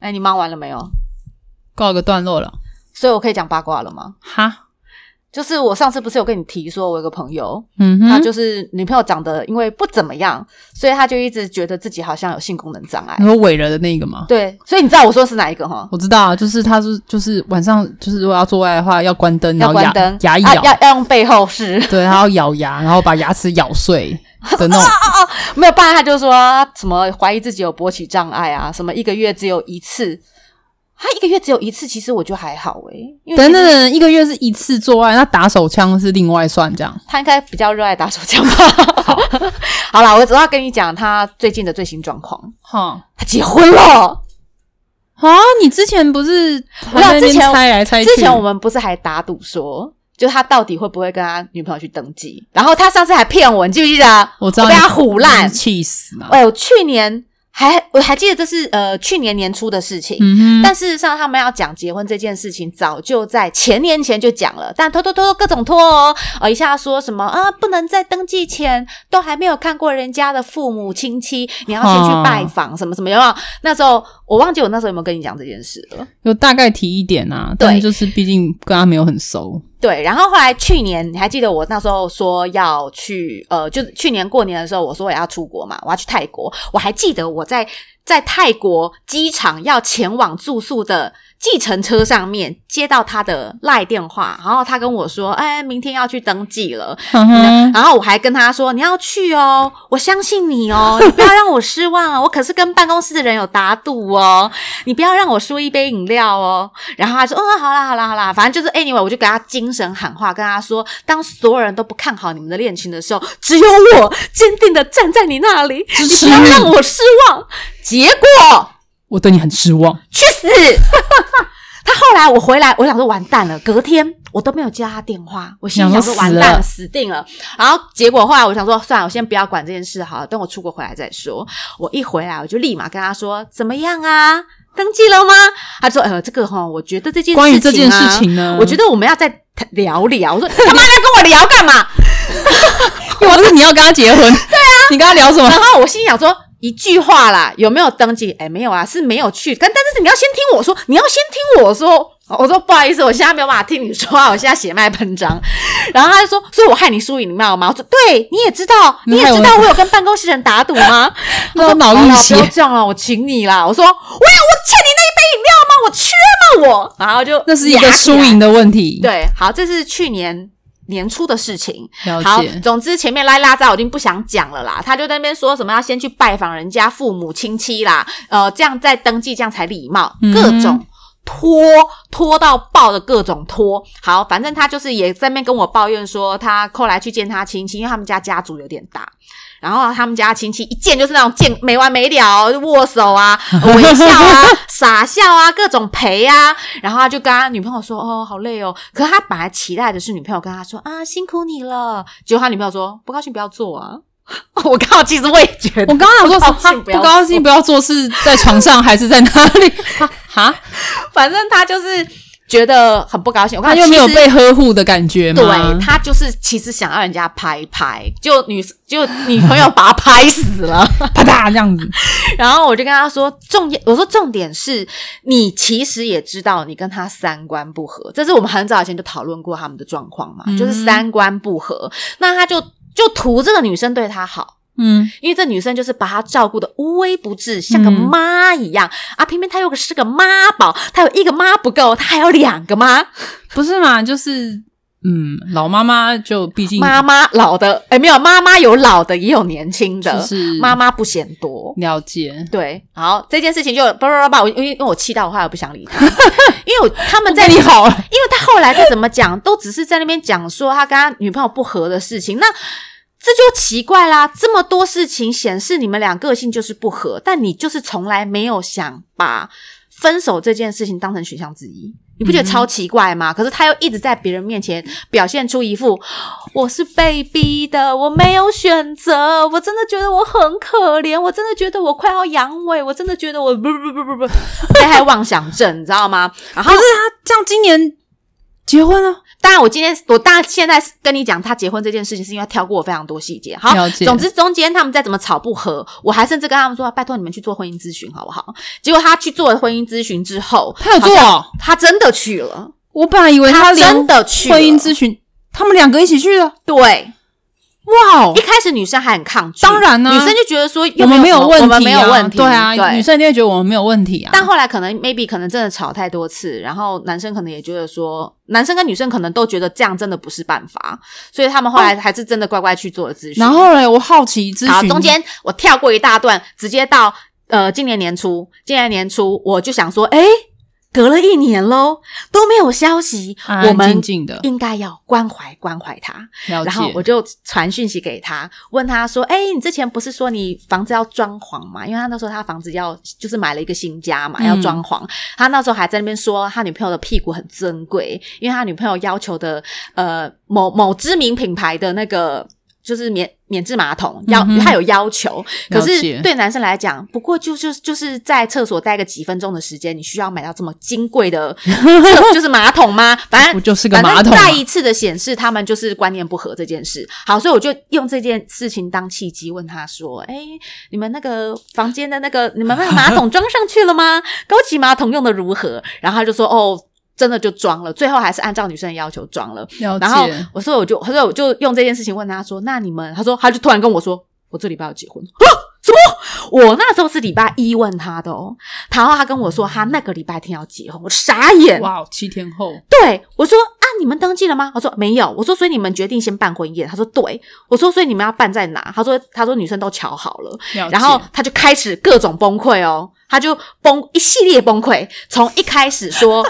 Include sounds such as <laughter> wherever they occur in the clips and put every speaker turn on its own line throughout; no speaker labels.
哎，你忙完了没有？
告一个段落了。
所以我可以讲八卦了吗？
哈，
就是我上次不是有跟你提说，我有个朋友，
嗯哼，
他就是女朋友长得因为不怎么样，所以他就一直觉得自己好像有性功能障碍
你。说伟人的那个吗？
对，所以你知道我说的是哪一个哈？
我知道啊，就是他是就是晚上就是如果要做爱的话要关灯，
要
然后
关
嗯牙
灯，
牙一
啊
咬，
要要用背后是 <laughs>
对，他要咬牙，然后把牙齿咬 <laughs> 碎的那种。
没有，不然他就说他什么怀疑自己有勃起障碍啊，什么一个月只有一次，他一个月只有一次，其实我觉得还好诶、因为
等
其
等
实
等，一个月是一次做爱，那打手枪是另外算这样。
他应该比较热爱打手枪吧。 <laughs> 好啦，我只要跟你讲他最近的最新状况，
哈
他结婚了。
啊，你之前不是
没有
还在那
之
边
前
猜来猜去？
之前我们不是还打赌说，就他到底会不会跟他女朋友去登记？然后他上次还骗我，你记不记得？
我知道
被
你
他唬烂
你。气死了。
哎呦，去年还我还记得这是呃去年年初的事情。
嗯哼，
但事实上，他们要讲结婚这件事情，早就在前年前就讲了，但拖拖拖各种拖哦，呃，一下说什么啊，不能在登记前都还没有看过人家的父母亲戚，你要先去拜访什么什么，有没有？那时候我忘记我那时候有没有跟你讲这件事了。
有大概提一点啊，
对
但就是毕竟跟他没有很熟。
对，然后后来去年你还记得我那时候说要去呃，就是去年过年的时候，我说我要出国嘛，我要去泰国。我还记得我在在泰国机场要前往住宿的计程车上面接到他的赖电话，然后他跟我说：“哎，明天要去登记了。”
嗯哼哼，
然后我还跟他说：“你要去哦， <laughs> 我相信你哦， <laughs> 你不要让我失望哦，我可是跟办公室的人有打赌哦，你不要让我输一杯饮料哦。”然后他说：“嗯，好啦，好啦，好啦，反正就是 anyway，我就给他精神喊话，跟他说：当所有人都不看好你们的恋情的时候，只有我坚定的站在你那里，
支
你
持
不要
你
让我失望。”结果
我对你很失望。
去死！ <laughs> 他后来我回来，我想说完蛋了，隔天我都没有接到他电话，我心里想说
想
完
说死了
蛋了，死定了。然后结果后来我想说算了，我先不要管这件事好了，等我出国回来再说。我一回来我就立马跟他说怎么样啊？登记了吗？他说：“呃，这个哈，我觉得这件事情、啊、
关于这件事情呢
我
<laughs>
觉得我们要再聊聊。”我说：“你他妈在跟我聊干嘛？”
又不是你要跟他结
<laughs>
婚，对啊，你跟他聊什么？
然后我心里想说一句话啦，有没有登记？哎，没有啊，是没有去。但但是你要先听我说，你要先听我说。我说不好意思，我现在没有办法听你说话，我现在血脉喷张。然后他就说，所以我害你输赢了吗？我说对，你也知道，
你
你
害
也
我
知道我有跟办公室人打赌吗？
<laughs> 他说脑
好
溢
啦不要
血，
这样了，我请你啦。我说哇，我欠你那一杯饮料吗？我缺吗？我然后就
那是一个
压起来
输赢的问题。，
对，好，这是去年年初的事情。
了
好
解，。
总之前面拉拉杂我已经不想讲了啦，他就在那边说什么要先去拜访人家父母亲戚啦，呃，这样再登记，这样才礼貌，
嗯
各种。拖拖到爆的各种拖，好，反正他就是也在那边跟我抱怨说，他后来去见他亲戚，因为他们家家族有点大，然后他们家亲戚一见就是那种见没完没了，就握手啊、微笑
<laughs>
啊、傻笑啊、各种陪啊。然后他就跟他女朋友说：“哦，好累哦。”可是他本来期待的是女朋友跟他说：“啊，辛苦你了。”结果他女朋友说：“不高兴不要做啊。” <laughs> 我靠，其实我也觉得
我，刚刚想说，他
不高兴不
不
要
高兴不要
<laughs>
做，是在床上还是在哪里？ <laughs> 哈，
反正他就是觉得很不高兴。我
他
看
又没有被呵护的感觉吗？
对他就是其实想让人家拍一拍，就女就女朋友把他拍死了。
啪嗒这样
<laughs>
子，
然后我就跟他说，重点我说重点是你其实也知道你跟他三观不合，这是我们很早以前就讨论过他们的状况嘛，
嗯
就是三观不合。那他就就图这个女生对他好，
嗯，
因为这女生就是把他照顾的无微不至，像个
嗯
妈一样、啊。偏偏他又是个妈宝，他有一个妈不够，他还有两个妈，
不是嘛？就是嗯，老妈妈就毕竟
妈妈老的哎没有，妈妈有老的也有年轻的，
就是
妈妈不嫌多。
了解，
对，好，这件事情就叭叭叭叭，我因为因为我气到我后来我不想理
<laughs>
他，因为我他们在
那你好了，
因为他后来再怎么讲，都只是在那边讲说他跟他女朋友不和的事情，那这就奇怪啦。这么多事情显示你们俩个性就是不合，但你就是从来没有想把分手这件事情当成选项之一。你不觉得超奇怪吗？可是他又一直在别人面前表现出一副我是被逼的，我没有选择，我真的觉得我很可怜，我真的觉得我快要阳痿，我真的觉得我 <laughs> 不不不不不，被害妄想症，你知道吗？然后
这样今年结婚了，
当然，我今天我大现在跟你讲他结婚这件事情，是因为他跳过我非常多细节。好
了，解
总之中间他们再怎么吵不和，我还甚至跟他们说，哎拜托你们去做婚姻咨询好不好？结果他去做了婚姻咨询之后，
他有做
好像，
哦，
他真的去了，
我本来以为
他
连
真的去了
婚姻咨询，他们两个一起去的，
对。
哇哦
一！开始女生还很抗拒，
当然啊
女生就觉得说又
我们
没
没有
什么我
问题、啊，
们没有问题，
对啊，女生一定会觉得我们没有问题啊。
但后来可能 maybe 可能真的吵太多次，然后男生可能也觉得说，男生跟女生可能都觉得这样真的不是办法，所以他们后来还是真的乖乖去做了咨询。
哦然后嘞，我好奇咨
好，
询
中间我跳过一大段，直接到呃今年年初，今年年初我就想说，诶，隔了一年喽，都没有消息，
安安
我们
静静的
应该要关怀关怀他。
了解
然，后我就传讯息给他，问他说：“哎、你之前不是说你房子要装潢吗？因为他那时候他房子要就是买了一个新家嘛，
嗯
要装潢。他那时候还在那边说他女朋友的屁股很珍贵，因为他女朋友要求的呃某某知名品牌的那个。”就是免免治马桶，要、
嗯哼
他有要求，可
了
是
解
对男生来讲，不过就就就是在厕所待个几分钟的时间，你需要买到这么金贵的 <laughs> 厕，就是马桶吗？反正
不就是个
反
马
正
桶啊吗
再一次的显示他们就是观念不合这件事。好，所以我就用这件事情当契机，问他说：“哎、你们那个房间的那个， <laughs> 你们那个马桶装上去了吗？高级马桶用的如何？”然后他就说：“哦。”真的就装了，最后还是按照女生的要求装了。
了
然后
解，
我所以我就，所以我就用这件事情问他说：“那你们？”他说，他就突然跟我说：“我这礼拜要结婚。”啊，什么？我那时候是礼拜一问他的哦，然后他跟我说他那个礼拜天要结婚，我傻眼。
哇，七天后
对，我说啊，你们登记了吗？他说没有。我说所以你们决定先办婚宴？他说对。我说所以你们要办在哪？他说他说女生都瞧好了。
了解，
然后他就开始各种崩溃哦，他就崩一系列崩溃，从一开始
<laughs>
说，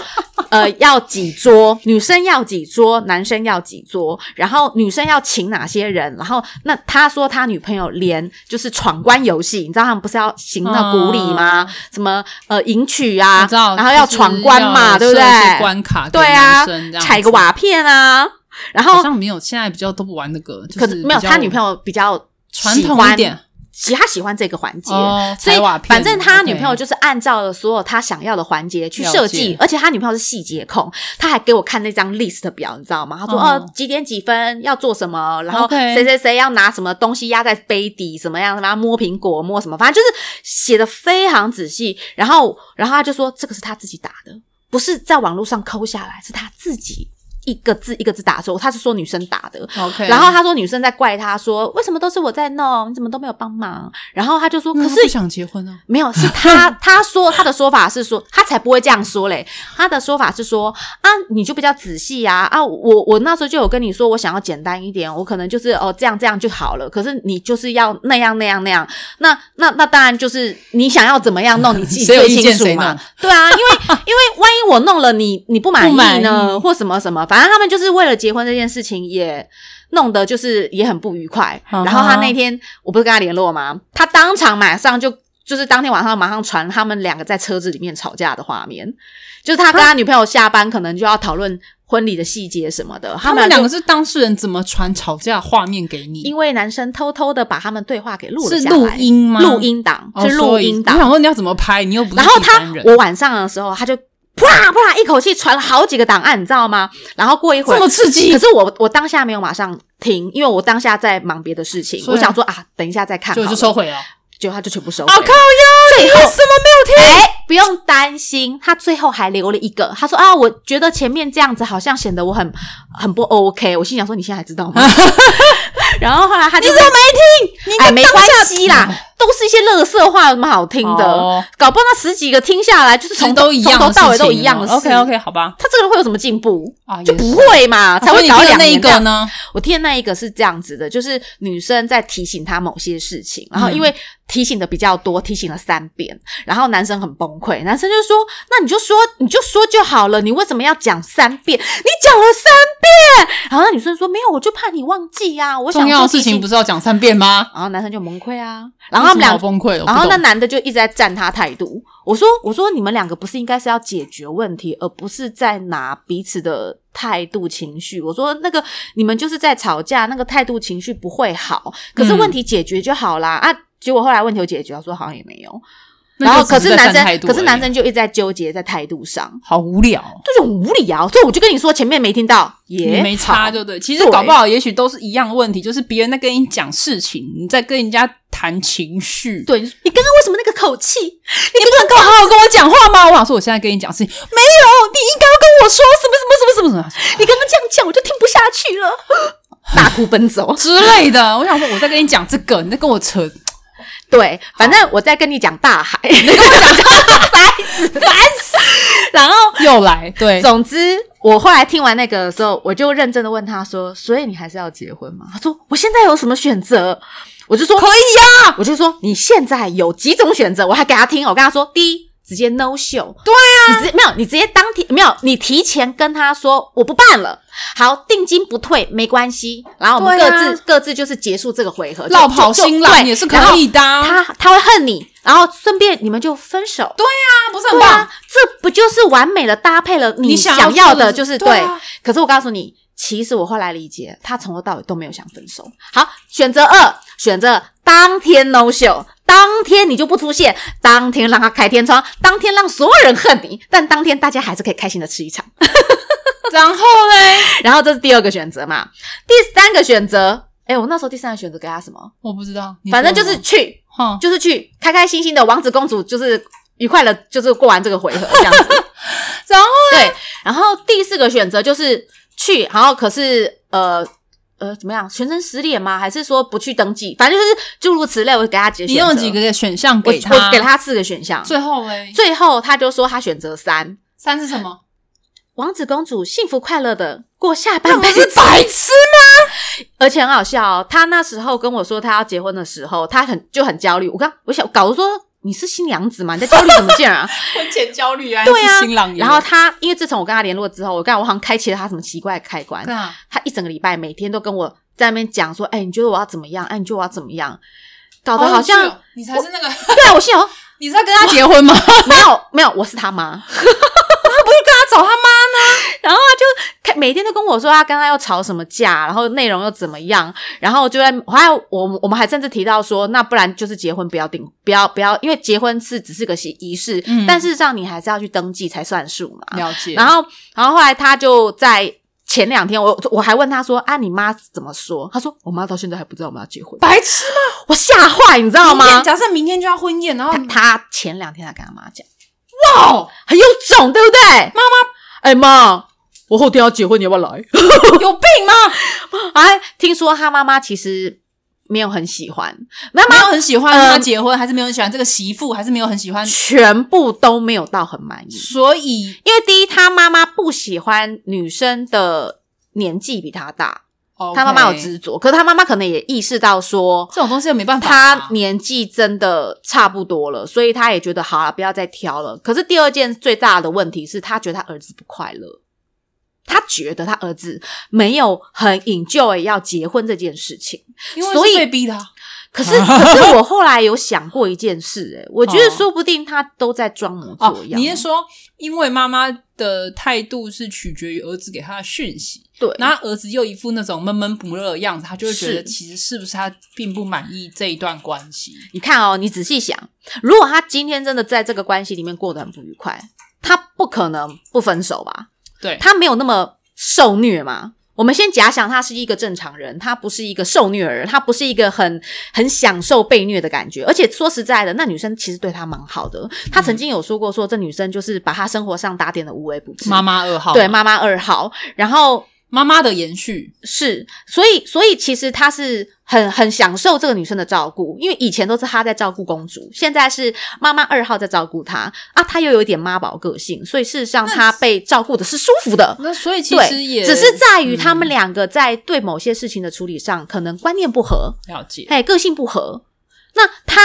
呃，要几桌，女生要几桌，男生要几桌，然后女生要请哪些人，然后那他说他女朋友连就是闯关游戏，你知道他们不是要行那鼓礼吗？什么呃迎娶啊
哦我知，道，
然后要
就是
闯关嘛，
要
对不对
设一些？关卡给
对啊
男生这，样
踩个
子，
瓦片啊，然
好
后
像没有，现在比较都不玩那个，就
可
是
没有
比较
他女朋友比较
传
喜
统
欢
一点，
其他喜欢这个环节，
哦
所以
踩瓦片
反正他女朋友
OK
就是按照了所有他想要的环节去
了
设
解
计，而且他女朋友是细节控，他还给我看那张 list 表，你知道吗？他说
哦
哦几点几分要做什么，然后
OK
谁谁谁要拿什么东西压在杯底，怎么样，什么摸苹果摸什么，反正就是写的非常仔细。然后，然后他就说这个是他自己打的，不是在网络上抠下来，是他自己。一个字一个字打的时候，他是说女生打的，
OK，
然后他说女生在怪他说为什么都是我在弄，你怎么都没有帮忙？然后他就说，
那
可
嗯他
是
不想结婚啊，
没有，是
<laughs>
他他说他的说法是说他才不会这样说嘞，他的说法是说啊你就比较仔细呀啊我我那时候就有跟你说我想要简单一点，我可能就是哦这样这样就好了，可是你就是要那样那样那样，那那那当然就是你想要怎么样弄你自己
谁有
最
意
清
见
楚
谁
嘛
弄，
对啊，因为 <laughs> 因为万一我弄了你你不满
不满
意
意
呢或什么什么，反正他们就是为了结婚这件事情也。弄得就是也很不愉快。
啊哈
然后他那天我不是跟他联络吗？他当场马上就就是当天晚上马上传他们两个在车子里面吵架的画面，就是他跟他女朋友下班可能就要讨论婚礼的细节什么的。
他
们
们两
就
个是当事人，怎么传吵架画面给你？
因为男生偷偷的把他们对话给录了
是
下来
录音吗？
录音档
哦
是录
所以
音档
我。想问你要怎么拍，你又不是
然后
第
他
三人，
我晚上的时候他就。啪啪！一口气传了好几个档案，你知道吗？然后过一会儿
这，么刺激
可，是我我当下没有马上听，因为我当下在忙别的事情，
所以
我想说啊，等一下再看好
就
了，
就
<laughs>
收回了。哦
结果他就全部收回
啊
了。
靠呀！
最
你为
后
什么没有听？
哎，不用担心，他最后还留了一个，他说啊，我觉得前面这样子好像显得我很很不 OK，我心想说你现在还知道吗？ <laughs> 然后后来他就你怎么没听？哎，没关系啦，都是一些乐色话，有什么好听的？
嗯哦
搞不好那十几个听下来就是
其实
从
都一样的
从
事
头
情哦，
到尾都一样的事。
OK OK，好吧，
他这个人会有什么进步？
啊，
就
也是
不会嘛，才
所以
会
你
搞
听
了
的
两
那
年
一
这样
个呢？
我听的那一个是这样子的，就是女生在提醒他某些事情，然
嗯
后因为提醒的比较多，提醒了三遍，然后男生很崩溃，男生就说：“那你就说，你就说就好了，你为什么要讲三遍？你讲了三遍。”然后那女生说：“没有，我就怕你忘记呀、我想
重要的事
说提
情
醒
不是要讲三遍吗？
然后男生就崩溃啊，然后他们俩
有什么好崩溃了，我不
然后那
懂
男的就一直在站他态度。我说我说你们两个不是应该是要解决问题，而不是在拿彼此的态度情绪。我说那个你们就是在吵架，那个态度情绪不会好，可是
嗯
问题解决就好啦、啊。结果后来问题有解决，我说好像也没有。
那
然后
就只
可是
在
男
看态
生，
度
可是
而已
男生就一直在纠结在态度上，
好无聊哦，
这就很无理啊。所以我就跟你说，前面没听到也
你嗯没差
好
就对。其实
对
搞不好也许都是一样的问题，就是别人在跟你讲事情，你在跟人家谈情绪。
对。你刚刚为什么那个口气？
你不能跟我好好跟我讲话吗？我想说，我现在跟你讲事情，没有，你应该要跟我说什么什么什么什么什么
你刚刚这样讲，我就听不下去了， <laughs> 大哭奔走。
之类的。我想说，我在跟你讲这个，你在跟我扯，
对，反正我在跟你讲大
<laughs>
海，你跟我讲大海，烦死。然后，<laughs>
又来，对，
总之，我后来听完那个的时候，我就认真的问他说：“所以你还是要结婚吗？”他说：“我现在有什么选择？”我就说：“可以
啊
呀、我就说：“你现在有几种选择？”我还给他听，我跟他说：第一。直接 no show，对啊，你直没有，你直接当天没有，你提前跟他说我不办了，好，定金不退没关系，然后我们
对
各
啊
自、各自就是结束这个回合，就
落跑
就
新
对
郎也是
然
可
后
以的啊，
他他会恨你，然后顺便你们就分手，对
不是
对
很棒
啊？，这不就是完美的搭配了
你想
想
要
要
做的
的，就是
对啊
可是我告诉你，其实我后来理解，他从头到尾都没有想分手。好，选择二，选择当天 no show，当天你就不出现，当天让他开天窗，当天让所有人恨你，但当天大家还是可以开心的吃
<laughs>
一场。啊
然后嘞，
然后这是第二个选择嘛，第三个选择，哎，我那时候第三个选择给他什么？
我不知道，你
反正就
说
是
什么，
去，
哼，
就是去开开心心的王子公主，就是愉快的，就是过完这个回合这样子。
<laughs> 然后
对，然后第四个选择就是去，然后可是呃呃怎么样，全身失恋吗？还是说不去登记？反正就是诸如此类，我给他几个
你
选择。
用几个选项
我
给他，
我给，他四个选项，
最后嘞，
最后他就说他选择三，
三是什么？
王子公主幸福快乐的过下半
那不
辈
是
子。
白痴
而且很好笑哦，他那时候跟我说他要结婚的时候，他很就很焦虑。我刚我想搞我说你是新娘子吗？你在焦虑什么劲儿啊？ <laughs>
婚前焦虑啊，
对啊
是新郎也有
然后他，因为自从我跟他联络之后，我刚我好像开启了他什么奇怪的开关
对。啊，
他一整个礼拜每天都跟我在那边讲说：“哎、你觉得我要怎么样？哎、你觉得我要怎么样？”搞得好像、
哦是哦你才是那个， <laughs>
对啊，我心想说
你是要跟他结婚
<laughs>
吗？
没有没有，我是他妈。
他找他妈，
然后他就开每天都跟我说啊他跟他要吵什么架，然后内容又怎么样，然后就在还有我我们还甚至提到说，那不然就是结婚不要订，不要不要，因为结婚是只是个仪仪式，
嗯
但事实上你还是要去登记才算数嘛。
了解
然后，然后后来他就在前两天，我我还问他说：“啊，你妈怎么说？”他说：“我妈到现在还不知道我们要结婚。
白痴”
我吓坏，你知道
吗？明天
吗？
假设明天就要婚宴，然后
他他前两天才跟他妈讲，
哦，
很有种，对不对？妈妈，哎妈，我后天要结婚，你要不要来？
<laughs> 有病吗？
<laughs> 哎，听说他妈妈其实没有很喜欢，妈
没
妈
有很喜欢
呃
跟他结婚，还是没有很喜欢这个媳妇，还是没有很喜欢，
全部都没有到很满意，
所以
因为第一，他妈妈不喜欢女生的年纪比他大，他妈妈有
哦 OK
执着，可是他妈妈可能也意识到说。
这种东西没办法啊，
他年纪真的差不多了，所以他也觉得好了，不要再挑了。可是第二件最大的问题是，他觉得他儿子不快乐，他觉得他儿子没有很 enjoy 要结婚这件事情。
因为
所以
是被逼的啊，
可
<laughs>
是，可是我后来有想过一件事、欸，我觉得说不定他都在装模
哦
作，样。
你是说，因为妈妈的态度是取决于儿子给他的讯息，
对，
然后儿子又一副那种闷闷不乐的样子，他就会觉得
是
其实是不是他并不满意这一段关系？
你看哦，你仔细想，如果他今天真的在这个关系里面过得很不愉快，他不可能不分手吧？
对，
他没有那么受虐嘛。我们先假想他是一个正常人，他不是一个受虐的人，他不是一个很很享受被虐的感觉。而且说实在的，那女生其实对他蛮好的。他
嗯
曾经有说过说，这女生就是把他生活上打点的无微不至，
妈妈二号，
对妈妈二号。然后
妈妈的延续，
是，所以所以其实他是很很享受这个女生的照顾，因为以前都是他在照顾公主，现在是妈妈二号在照顾他啊，他又有一点妈宝个性，所以事实上他被照顾的是舒服的。
那所以其实
对，
也
只是在于他们
嗯
两个在对某些事情的处理上，可能观念不合，
了解，
哎，个性不合。那他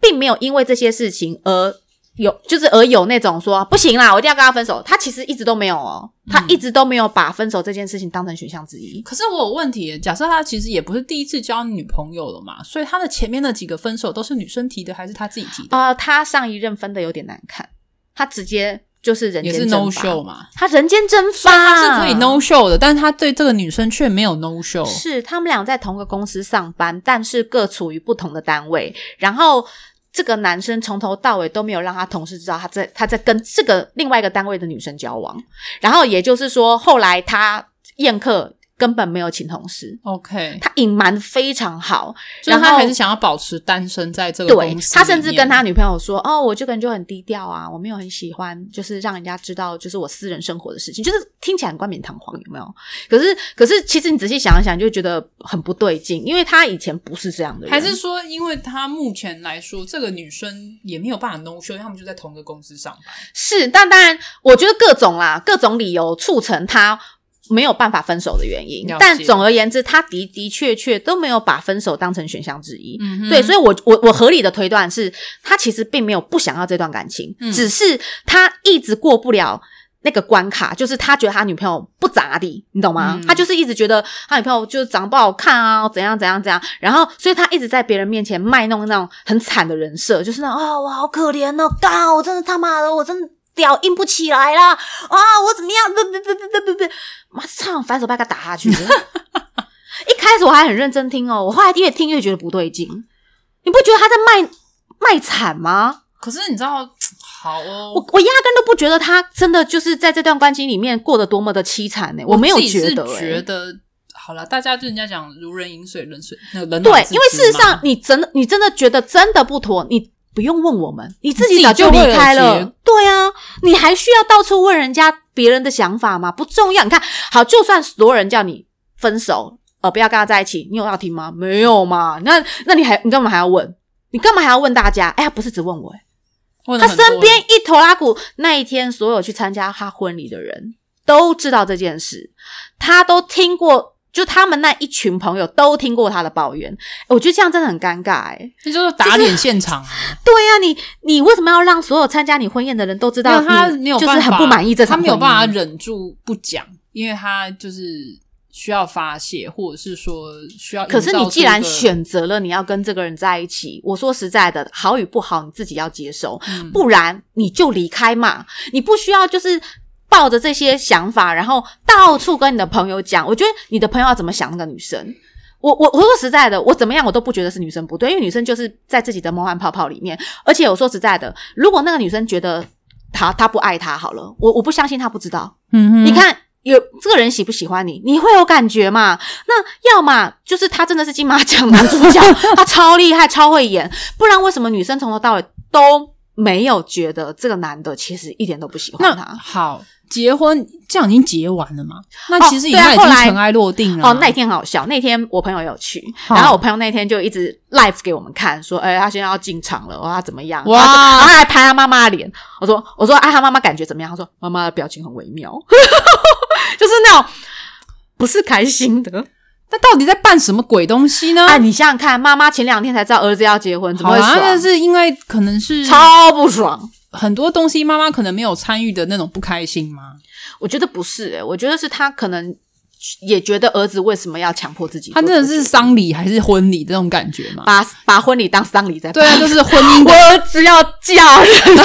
并没有因为这些事情而有，就是而有那种说不行啦，我一定要跟他分手。他其实一直都没有哦，他
嗯
一直都没有把分手这件事情当成选项之一。
可是我有问题耶，假设他其实也不是第一次交女朋友了嘛，所以他的前面那几个分手都是女生提的，还是他自己提的？
呃，他上一任分的有点难看，他直接就是人
也
间
是
蒸
no
发
show 嘛，
他人间蒸
虽
发，
然他是可以 no show 的，但是他对这个女生却没有 no show。
是他们俩在同个公司上班，但是各处于不同的单位，然后。这个男生从头到尾都没有让他同事知道他在他在跟这个另外一个单位的女生交往，然后也就是说，后来他宴客根本没有请同事。
OK，
他隐瞒得非常好，
就是
然
他
后
还是想要保持单身在这个
对
公司
他甚至
里面
跟他女朋友说：“哦，我这个人就很低调啊，我没有很喜欢，就是让人家知道就是我私人生活的事情，就是听起来很冠冕堂皇，有没有？可是可是其实你仔细想一想，你就会觉得很不对劲，因为他以前不是这样的人，
还是说，因为他目前来说，这个女生也没有办法 no show，因为他们就在同一个公司上班。
是，但当然，我觉得各种啦，各种理由促成他没有办法分手的原因
了解。
但总而言之，他的的确确都没有把分手当成选项之一。
嗯哼
对，所以我我我合理的推断是，他其实并没有不想要这段感情，
嗯
只是他一直过不了。那个关卡就是他觉得他女朋友不咋地，你懂吗？
嗯
他就是一直觉得他女朋友就是长得不好看啊，怎样怎样怎样，然后所以他一直在别人面前卖弄那种很惨的人设，就是那种啊、我好可怜哦，干，我真的他妈的，我真的屌硬不起来啦，啊，我怎么样？不不不不不不不，马上反手把他打下去。一开始我还很认真听哦，我后来越听越觉得不对劲，你不觉得他在卖卖惨吗？
可是你知道，好哦，
我我压根都不觉得他真的就是在这段关系里面过得多么的凄惨呢、我没有
自己
觉
是
得、欸，
觉得好了，大家就人家讲如人饮水，冷水那个冷
对
暖，自
因为
知
事实
嘛
上，你真的你真的觉得真的不妥，你不用问我们，你自
自己
己早就
就
离
会有
开
结
了。对啊，你还需要到处问人家别人的想法吗？不重要。你看，好，就算所有人叫你分手，呃，不要跟他在一起，你有要听吗？没有嘛。那那你还你干嘛还要问？你干嘛还要问大家？哎呀，不是只问我、哎
问了
他
很多
身边一头拉骨。那一天，所有去参加他婚礼的人都知道这件事，他都听过。就他们那一群朋友都听过他的抱怨，哎我觉得这样真的很尴尬哎、
那就是打脸现场啊，
<laughs> 对呀、你你为什么要让所有参加你婚宴的人都知
因
道
为他
你
没有
就是
办
很
法
不满意这场
他没有
婚
办法
姻
忍住不讲，因为他就是需要发泄，或者是说需要营造
可
出一
是
个。
你既然选择了你要跟这个人在一起，我说实在的，好与不好你自己要接受，
嗯
不然你就离开嘛，你不需要就是。抱着这些想法，然后到处跟你的朋友讲，我觉得你的朋友要怎么想那个女生，我我我说实在的，我怎么样我都不觉得是女生不对，因为女生就是在自己的梦幻泡泡里面。而且我说实在的，如果那个女生觉得她她不爱他好了，我我不相信她不知道，
嗯哼
你看有这个人喜不喜欢你，你会有感觉嘛？那要么就是他真的是金马奖男主
<laughs>
角，他超厉害、超会演，不然为什么女生从头到尾都没有觉得这个男的其实一点都不喜欢
那
他？
好，结婚这样已经结完了嘛？那
哦
其实
对啊
那已经
后来
尘埃落定了啊。
哦，那一天很好笑。那天我朋友有去，
好
然后我朋友那天就一直 live 给我们看，说：“哎、他现在要进场了，哇，他怎么样？”
哇
然后就然后他还拍他妈妈的脸。我说：“我说，啊，他妈妈感觉怎么样？”他说：“妈妈的表情很微妙， <laughs> 就是那种不是开心的。”
那到底在办什么鬼东西呢？
啊，你想想看，妈妈前两天才知道儿子要结婚，怎
嗯好
么会
啊，
爽？
那是因为可能是
超不爽。
很多东西妈妈可能没有参与的那种不开心吗？
我觉得不是、欸，我觉得是他可能也觉得儿子为什么要强迫自己做
他
这
真
个
的
决定，
是丧礼还是婚礼这种感觉吗？
把把婚礼当丧礼在
对啊，
办。
就是婚
我
姻
<laughs>
的
儿子要嫁人，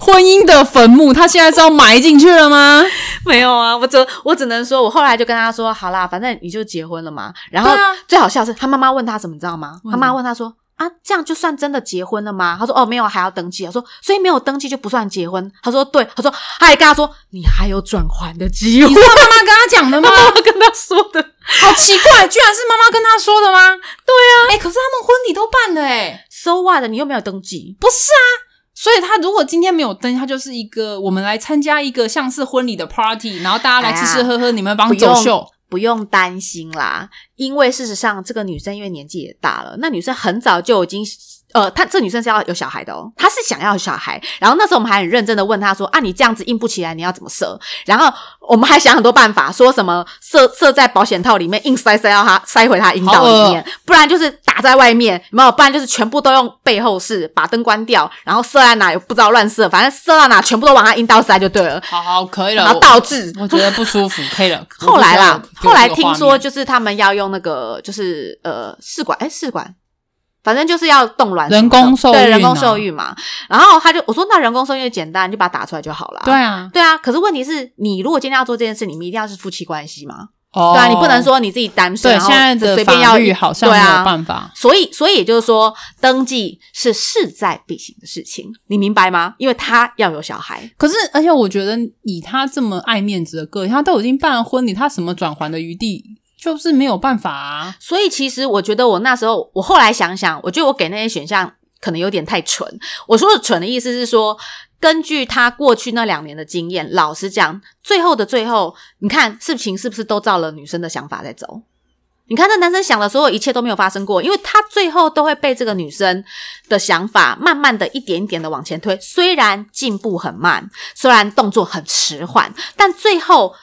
婚姻的坟墓，他现在是要埋进去
<laughs>
了吗？
<laughs> 没有啊，我只我只能说，我后来就跟他说，好啦，反正你就结婚了嘛。然后、
对啊
最好笑是他妈妈问他什么，你知道吗？
问
他
什么
妈问他说。啊，这样就算真的结婚了吗？他说哦，没有，还要登记。我说所以没有登记就不算结婚。他说对，他说他还跟他说你还有转还的机会
你。是妈妈跟他讲的吗？
妈妈跟他说的。
好奇怪，居然是妈妈跟他说的吗？对啊，哎、可是他们婚礼都办了哎、
So what？你又没有登记，
不是啊，所以他如果今天没有登，他就是一个我们来参加一个像是婚礼的 party，然后大家来吃吃喝喝，你们帮
不
走
用
秀。
不用担心啦，因为事实上这个女生因为年纪也大了，那女生很早就已经。呃，她这女生是要有小孩的哦，她是想要有小孩。然后那时候我们还很认真的问她说：“啊，你这样子硬不起来，你要怎么射？”然后我们还想很多办法，说什么射射在保险套里面，硬塞塞到她塞回她阴道里面，不然就是打在外面，有没有？不然就是全部都用背后式把灯关掉，然后射在哪也不知道乱射，反正射到哪全部都往她阴道塞就对了，
好好，可以了
然，后
我
倒置。
我觉得不舒服，可以 <laughs> 了。
后来啦
我不，需要
后来
有这个
听
画
说
面
就是他们要用那个，就是呃试管，哎试管，反正就是要冻卵什么的，
人工受
对人
孕
工
啊
受孕嘛。然后他就我说那人工受孕也简单，你就把它打出来就好了。
对啊，
对啊，可是问题是你如果今天要做这件事，你们一定要是夫妻关系吗？
哦，
对啊，你不能说你自己单身，
对
然后
现在的
随便
法
要
律好像
对
没
啊
有办法。
所以，所以也就是说，登记是势在必行的事情，你明白吗？因为他要有小孩，
可是，而且我觉得以他这么爱面子的个性，他都已经办了婚礼，他什么转圜的余地就是没有办法啊。
所以其实我觉得我那时候，我后来想想，我觉得我给那些选项可能有点太蠢。我说的蠢的意思是说，根据他过去那两年的经验，老实讲，最后的最后，你看事情是不是都照了女生的想法在走？你看，那男生想的所有一切都没有发生过，因为他最后都会被这个女生的想法慢慢的一点一点的往前推。虽然进步很慢，虽然动作很迟缓，但最后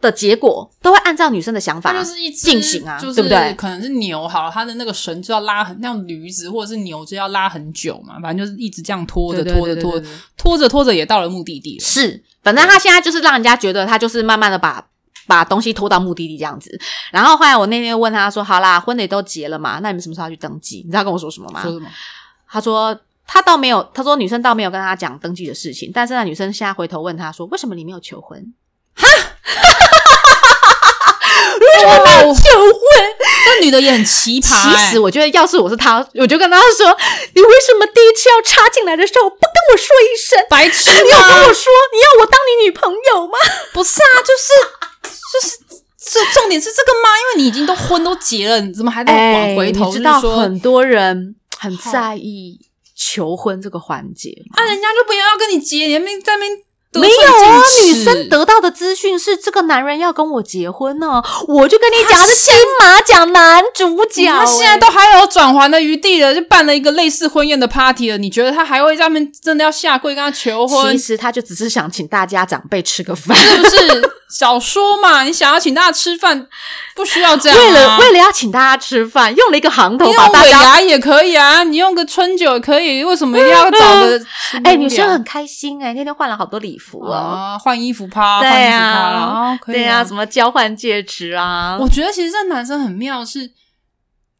的结果都会按照女生的想法
它就是一只
进行啊，
就是
对不对？
可能是牛好了，它的那个绳就要拉很，像驴子或者是牛就要拉很久嘛，反正就是一直这样拖着
对
拖着拖着，拖着拖着也到了目的地了。
是，反正他现在就是让人家觉得他就是慢慢的把把东西拖到目的地这样子。然后后来我那天问他说：“好啦，婚礼都结了嘛，那你们什么时候要去登记？”你知道他跟我说什么吗？
说什么？
他说他倒没有，他说女生倒没有跟他讲登记的事情，但是那女生现在回头问他说：“为什么你没有求婚？”
哦，
求婚？
这女的也很奇葩、
啊其
欸。
实我觉得，要是我是他，我就跟他说：“你为什么第一次要插进来的时候不跟我说一声？
白痴
你有
吗？
跟我说你要我当你女朋友吗？”
不是啊，就是就是。这重点是这个吗？因为你已经都婚都结了，你怎么还在往回头？
哎你知
就是
道
说
很多人很
好
在意求婚这个环节吗
啊，人家就不要跟你结，你还没在那边得
没
寸
有啊，
进
女
尺
生得到的资讯是这个男人要跟我结婚呢、我就跟你讲
他嗯
是金马奖男主角、
他现在
欸
都还有转圜的余地了，就办了一个类似婚宴的 party 了，你觉得他还会在那边真的要下跪跟他求婚
其？实他就只是想请大家长辈吃个饭，
是不是？少说嘛，你想要请大家吃饭，不需要这样、啊。
为了为了要请大家吃饭，用了一个行头
你
把
用
大
尾
家。
牙也可以啊，你用个春酒也可以，为什么一定要找个吃不了？
哎、女生很开心哎、那天换了好多礼服哦。
啊，换衣服趴，
对啊
换衣服趴啦啊，可以
对啊，什么交换戒指啊，
我觉得其实这男生很妙是，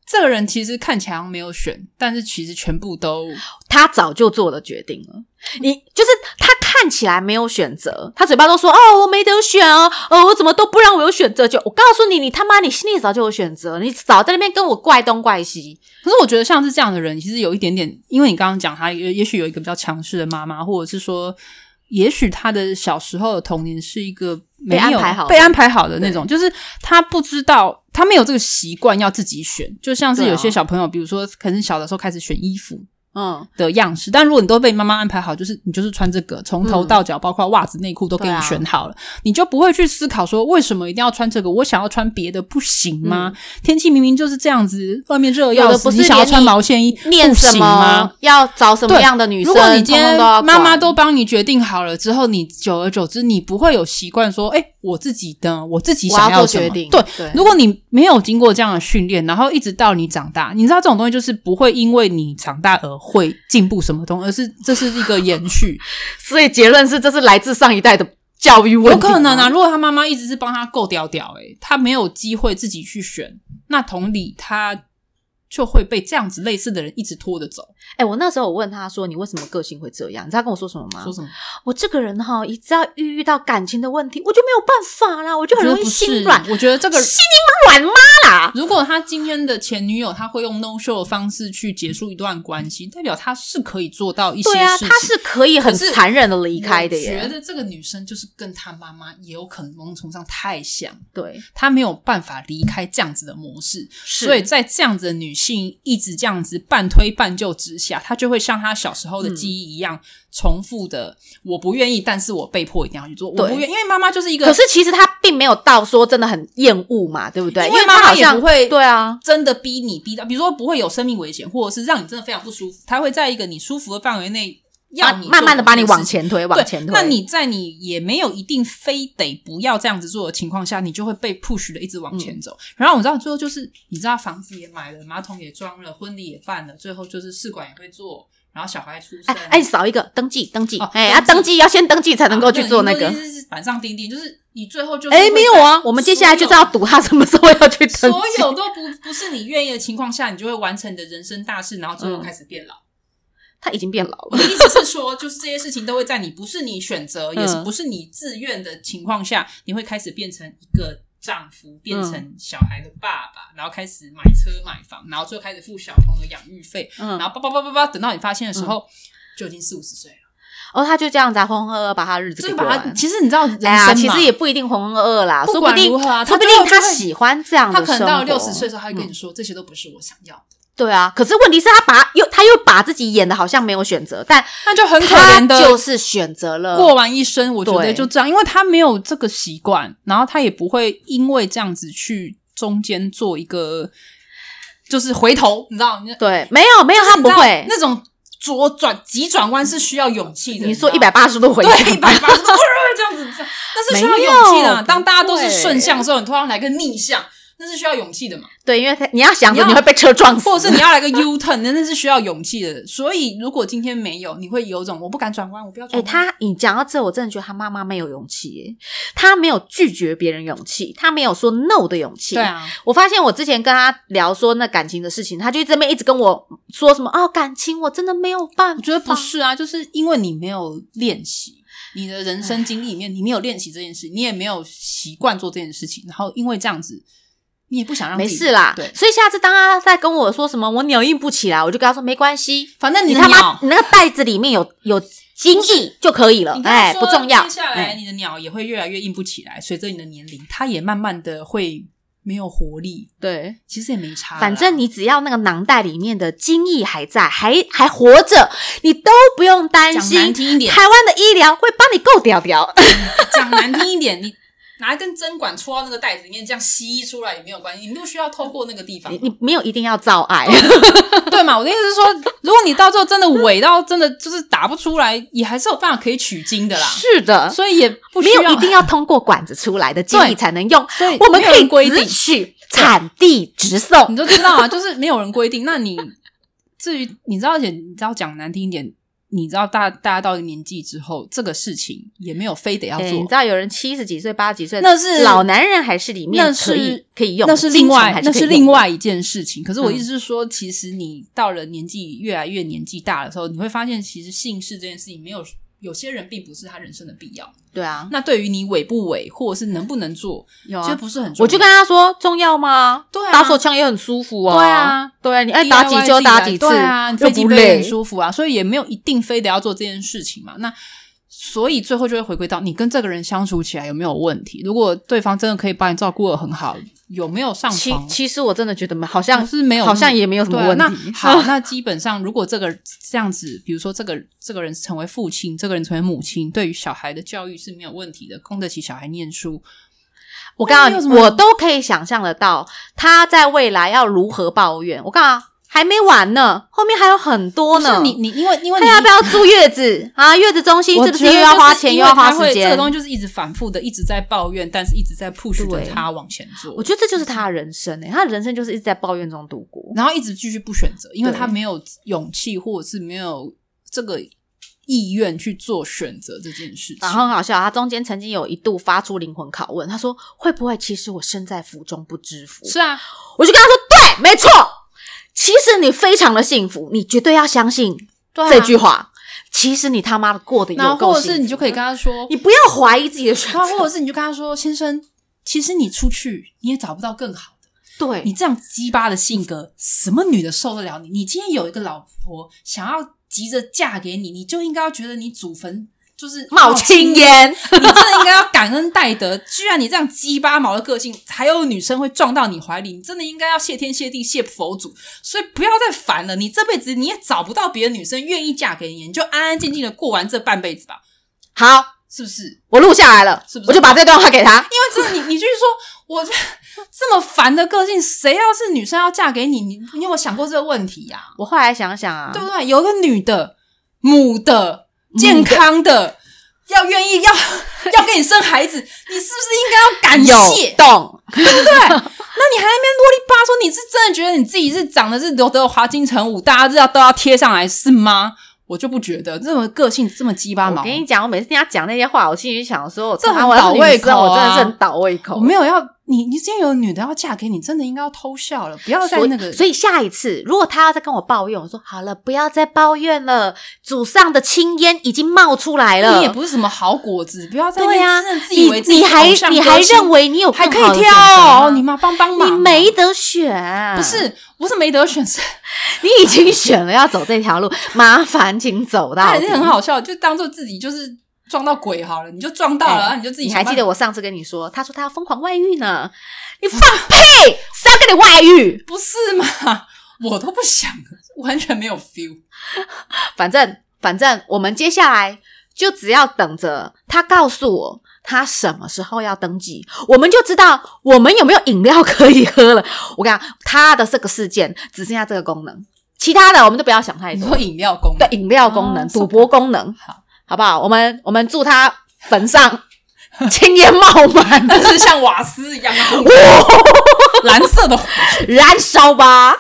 这个人其实看起来好像没有选，但是其实全部都
他早就做了决定了。你就是他看起来没有选择，他嘴巴都说哦我没得选哦，哦我怎么都不让我有选择权。我告诉你，你他妈你心里早就有选择，你早在那边跟我怪东怪西。
可是我觉得像是这样的人，其实有一点点，因为你刚刚讲他，也也许有一个比较强势的妈妈，或者是说，也许他的小时候的童年是一个
被
没有
安排好的
被安排好的那种，就是他不知道，他没有这个习惯要自己选，就像是
对啊
有些小朋友，比如说可能小的时候开始选衣服。
嗯，
的样式，但如果你都被妈妈安排好，就是你就是穿这个，从头到脚，包括袜子、内裤都给
对
你
啊
选好了，你就不会去思考说为什么一定要穿这个，我想要穿别的不行吗？天气明明就是这样子，外面热得
嗯有
要
的
死，
不是
你想要
连
穿
你
毛线衣
念
不
什
行
么
吗？
要找什么
对
样的女生，
如果你今
通
天
通要管
妈妈都帮你决定好了之后，你久而久之，你不会有习惯说，哎、我自己的，我自己
我
想
要做
什么
决定，
对，
对，
如果你没有经过这样的训练，然后一直到你长大，你知道这种东西就是不会因为你长大而会进步什么东西，而是这是一个延续。
所以结论是这是来自上一代的教育问
<laughs> 有
题，
可能啊，。如果他妈妈一直是帮他够屌屌，诶，哎他没有机会自己去选，那同理他就会被这样子类似的人一直拖着走。
哎、我那时候我问他说你为什么个性会这样，你知道他跟我说什么吗？
说什么？
我这个人哈、一只要一遇到感情的问题，我就没有办法啦，我就很容易心软，
我觉得不是我觉得这 <laughs> 个
心软妈啦。
如果他今天的前女友，他会用 no show 的方式去结束一段关系，代表他是可以做到一些事
对
情。
啊，她是可以很
可是
残忍的离开的
我觉
耶。
得这个女生就是跟她妈妈也有可能某种程度上太像，
对，
她没有办法离开这样子的模式，
是
所以在这样子的女性一直这样子半推半就之下，她就会像她小时
嗯
候的记忆一样，重复的我不愿意，但是我被迫一定要去做，我
对
不愿，因为妈妈就是一个，
可是其实她并没有到说真的很厌恶嘛，对不对？
因
因
为
她
妈妈
好
也
像
不会
对啊，
真的逼你逼到，比如说不会有生命危险，或者是让你真的非常不舒服，她会在一个你舒服的范围内。要
慢
你
慢慢的把你
做某
往
些事情
前推，
对，
往前推。
那你在你也没有一定非得不要这样子做的情况下，你就会被 push 的一直往前
嗯
走。然后我知道最后就是，你知道房子也买了，马桶也装了，婚礼也办了，最后就是试管也会做，然后小孩出
哎
生，
哎，少一个登记登记
哦，
哎，
登
啊，
记
登记要先登记才能够去做那
那
个。
是板上钉钉，就是你最后就是
哎，没有啊，我们接下来就是要
赌。
赌她什么时候要去登
所
记。 <laughs>
有都不不是你愿意的情况下，你就会完成你的人生大事，然后最后
嗯
开始变老。
她已经变老
我
了，
的意思是说，就是这些事情都会在你不是你选择，也是
嗯
不是你自愿的情况下，你会开始变成一个丈夫
嗯
变成小孩的爸爸，然后开始买车买房，然后最后开始付小朋友的养育费，
嗯，
然后叭叭叭叭叭，等到你发现的时候，就已经四五十岁了。
哦，他就这样杂浑浑噩噩把他日子
这
给
个
过
把他，
完。
其实你知道人生
哎
嘛，
呀，其实也不一定浑浑噩噩啦，
不
说不
管
定
如，何啊，
说不
最
定
后就
他
会
喜欢这样的
他
生活。嗯
可能到了六十岁的时候，他会跟你说、这些都不是我想要的，
对啊，可是问题是他把又他又把自己演的好像没有选择，但
那就很可
他
怜的
就是选择了
过完一生，我觉得
呃对
就这样，因为他没有这个习惯，然后他也不会因为这样子去中间做一个就是回头，你知道？你
对，没有没有，他不会。
那种左转急转弯是需要勇气的。
你说一
知
百
道吗
八十度回
对一
去，
百八十度这样子，
<laughs>
这样那是需要勇气
没
的
有
啊。当大家都是
对
顺向的时候，你突然来个逆向，那是需要勇
<laughs>
气的嘛？
对，因为他你要想着
你要
你会被车撞死，
或者是你要来个 U turn，那那是需要勇气的。所以如果今天没有，你会有种我不敢转弯，我不要
哎、
转弯。
他你讲到这，我真的觉得他妈妈没有勇气耶，他没有拒绝别人勇气，他没有说 no 的勇气。
对，啊，
我发现我之前跟他聊说那感情的事情，他就这边一直跟我说什么哦，感情我真的没有办法，
我觉得不是啊，就是因为你没有练习，你的人生经历里面你没有练习这件事，你也没有习惯做这件事情，然后因为这样子，你也不想让
没
自己
事啦
对。，
所以下次当他在跟我说什么我扭硬不起来，我就跟他说没关系，
反正
你
的
他妈
鸟，
你那个袋子里面有有精液就可以了
你，刚
哎、
刚
不
说
重要
接。下来
哎
你的鸟也会越来越硬不起来，随着你的年龄，它也慢慢的会没有活力。
对，
其实也没差啦，
反正你只要那个囊袋里面的精液还在，还还活着，你都不用担
讲难
心。
听一点，
台湾的医疗会帮你够屌屌， <laughs>
讲难听一点，你拿一根针管戳到那个袋子里面，这样吸出来也没有关系，你不需要透过那个地方
你。你没有一定要造爱，
<laughs> 对嘛？我的意思是说，如果你到最后真的伪到真的就是打不出来，也还是有办法可以取经的啦。
<laughs> 是的，
所以也不需
没有
要
一定要通过管子出来的精液
对
才能用，
所以
我们
没有
可
人规
以
定
只取产地直送
你。就知道啊，就是没有人规定。那你至于你知道，而且你知道讲难听一点，你知道大大家到一个年纪之后，这个事情也没有非得要
哎你
做
知。道有人七十几岁、八十几岁，
那是
老男人还是里面
那
可以
是
可以用的，
那是另
精虫
外
还可
那
以
是
用的
另外一件事情。可是我
嗯
意思是说，其实你到了年纪越来越年纪大的时候，你会发现，其实姓氏这件事情没有有些人并不是他人生的必要。
对啊，
那对于你伟不伟，或者是能不能做，
有啊
其实不是很重要。
我就跟他说重要吗？
对啊
打手枪也很舒服啊。
对啊，
对啊，你爱
DIY
打几就打几次，
自己来对啊，你
又
飞机
不
杯也
累
很。舒服啊，所以也没有一定非得要做这件事情嘛。那所以最后就会回归到你跟这个人相处起来有没有问题。如果对方真的可以把你照顾的很好，有没有上
其
床？
其实我真的觉得好像
不是没有那
好
么，
像也没有什么
对啊
问题
那好，那基本上如果这个这样子，比如说这个这个人成为父亲，这个人成为母亲，对于小孩的教育是没有问题的，供得起小孩念书。
我告
那你有
诉
什
你，
么
我都可以想象得到他在未来要如何抱怨。我告诉你，还没完呢，后面还有很多
不
呢。
是你你因为因为你
他要啊不要住月子啊？月子中心
我
是不
觉
又
得
要
就
花
是
钱
因
又
为
要花
他会
时间？
这个东西就是一直反复的，一直在抱怨，但是一直在 push
对
着他往前做
我。觉得这就是他的人生诶、他的人生就是一直在抱怨中度过。
然后一直继续不选择，因为
对
他没有勇气或者是没有这个意愿去做选择这件事情。
然后很好笑，他中间曾经有一度发出灵魂拷问，他说：“会不会其实我身在福中不知福？”
是啊，
我就跟他说：“对，没错，其实你非常的幸福，你绝对要相信
对啊
这句话。其实你他妈的过得
然
有
后
够
或者
幸福，
是你就可以跟他说，
你不要怀疑自己的选择
<laughs> 然。后啊或者是你就跟他说，先生，其实你出去你也找不到更好的。
对，
你这样鸡巴的性格，什么女的受得了你？你今天有一个老婆想要急着嫁给你，你就应该要觉得你祖坟就是
冒青烟，
你真的应该要感恩戴德。居然你这样鸡巴毛的个性，还有女生会撞到你怀里，你真的应该要谢天谢地谢佛祖。所以不要再烦了，你这辈子你也找不到别的女生愿意嫁给你，你就安安静静的过完这半辈子吧，
好，
是不是？
我录下来了，
是不是
我就把这段话给他。
因为真的，你你去说我 <laughs> 这这么烦的个性，谁要是女生要嫁给你，你你有没有想过这个问题呀、
我后来想想啊，
对不对？有一个女的、母的、健康的，要愿
<laughs>
意要要给你生孩子，你是不是应该要感谢
有？懂，
对不对？那你还在那边啰里吧嗦，你是真的觉得你自己是长得是刘德华、金城武，大家知道都要贴上来是吗？我我就不觉得这么个性这么鸡巴
我
毛。
跟你讲，我每次听他讲那些话，我心里就想说，我
这很
他妈我要
倒胃口啊
女生我真的是很倒胃口。
我没有要你，你今天有女的要嫁给你，真的应该要偷笑了，不要再
所以
那个。
所以下一次如果他要再跟我抱怨，我说好了，不要再抱怨了，祖上的青烟已经冒出来了。
你也不是什么好果子，不要再
对呀、
真的自以为
你
自己
你还
偶像
你
歌
还
星
认为你有
还可
更好
以
的
跳
选择吗
哦，你妈帮帮忙，
你没得选，
不是不是没得选，是
你已经选了要走这条路，麻烦请走 <laughs> 到
他
底。
也是很好笑，就当做自己就是撞到鬼好了，你就撞到了，
哎
然后你就自己
你
想
还
办
记得我上次跟你说，他说他要疯狂外遇呢，你放屁，谁要跟你外遇？
不是嘛？我都不想，完全没有 feel。
反正反正我们接下来就只要等着他告诉我。他什么时候要登记，我们就知道我们有没有饮料可以喝了。我跟你讲，他的这个事件只剩下这个功能，其他的我们都不要想太
你
多。 <laughs>
说饮料功
的饮料功能、
哦
赌博功能，
好，
好不好？我们我们祝他坟上 <laughs> 青烟冒 <laughs> 满， <laughs>
但是像瓦斯一样啊燃色的火。
哦燃烧吧！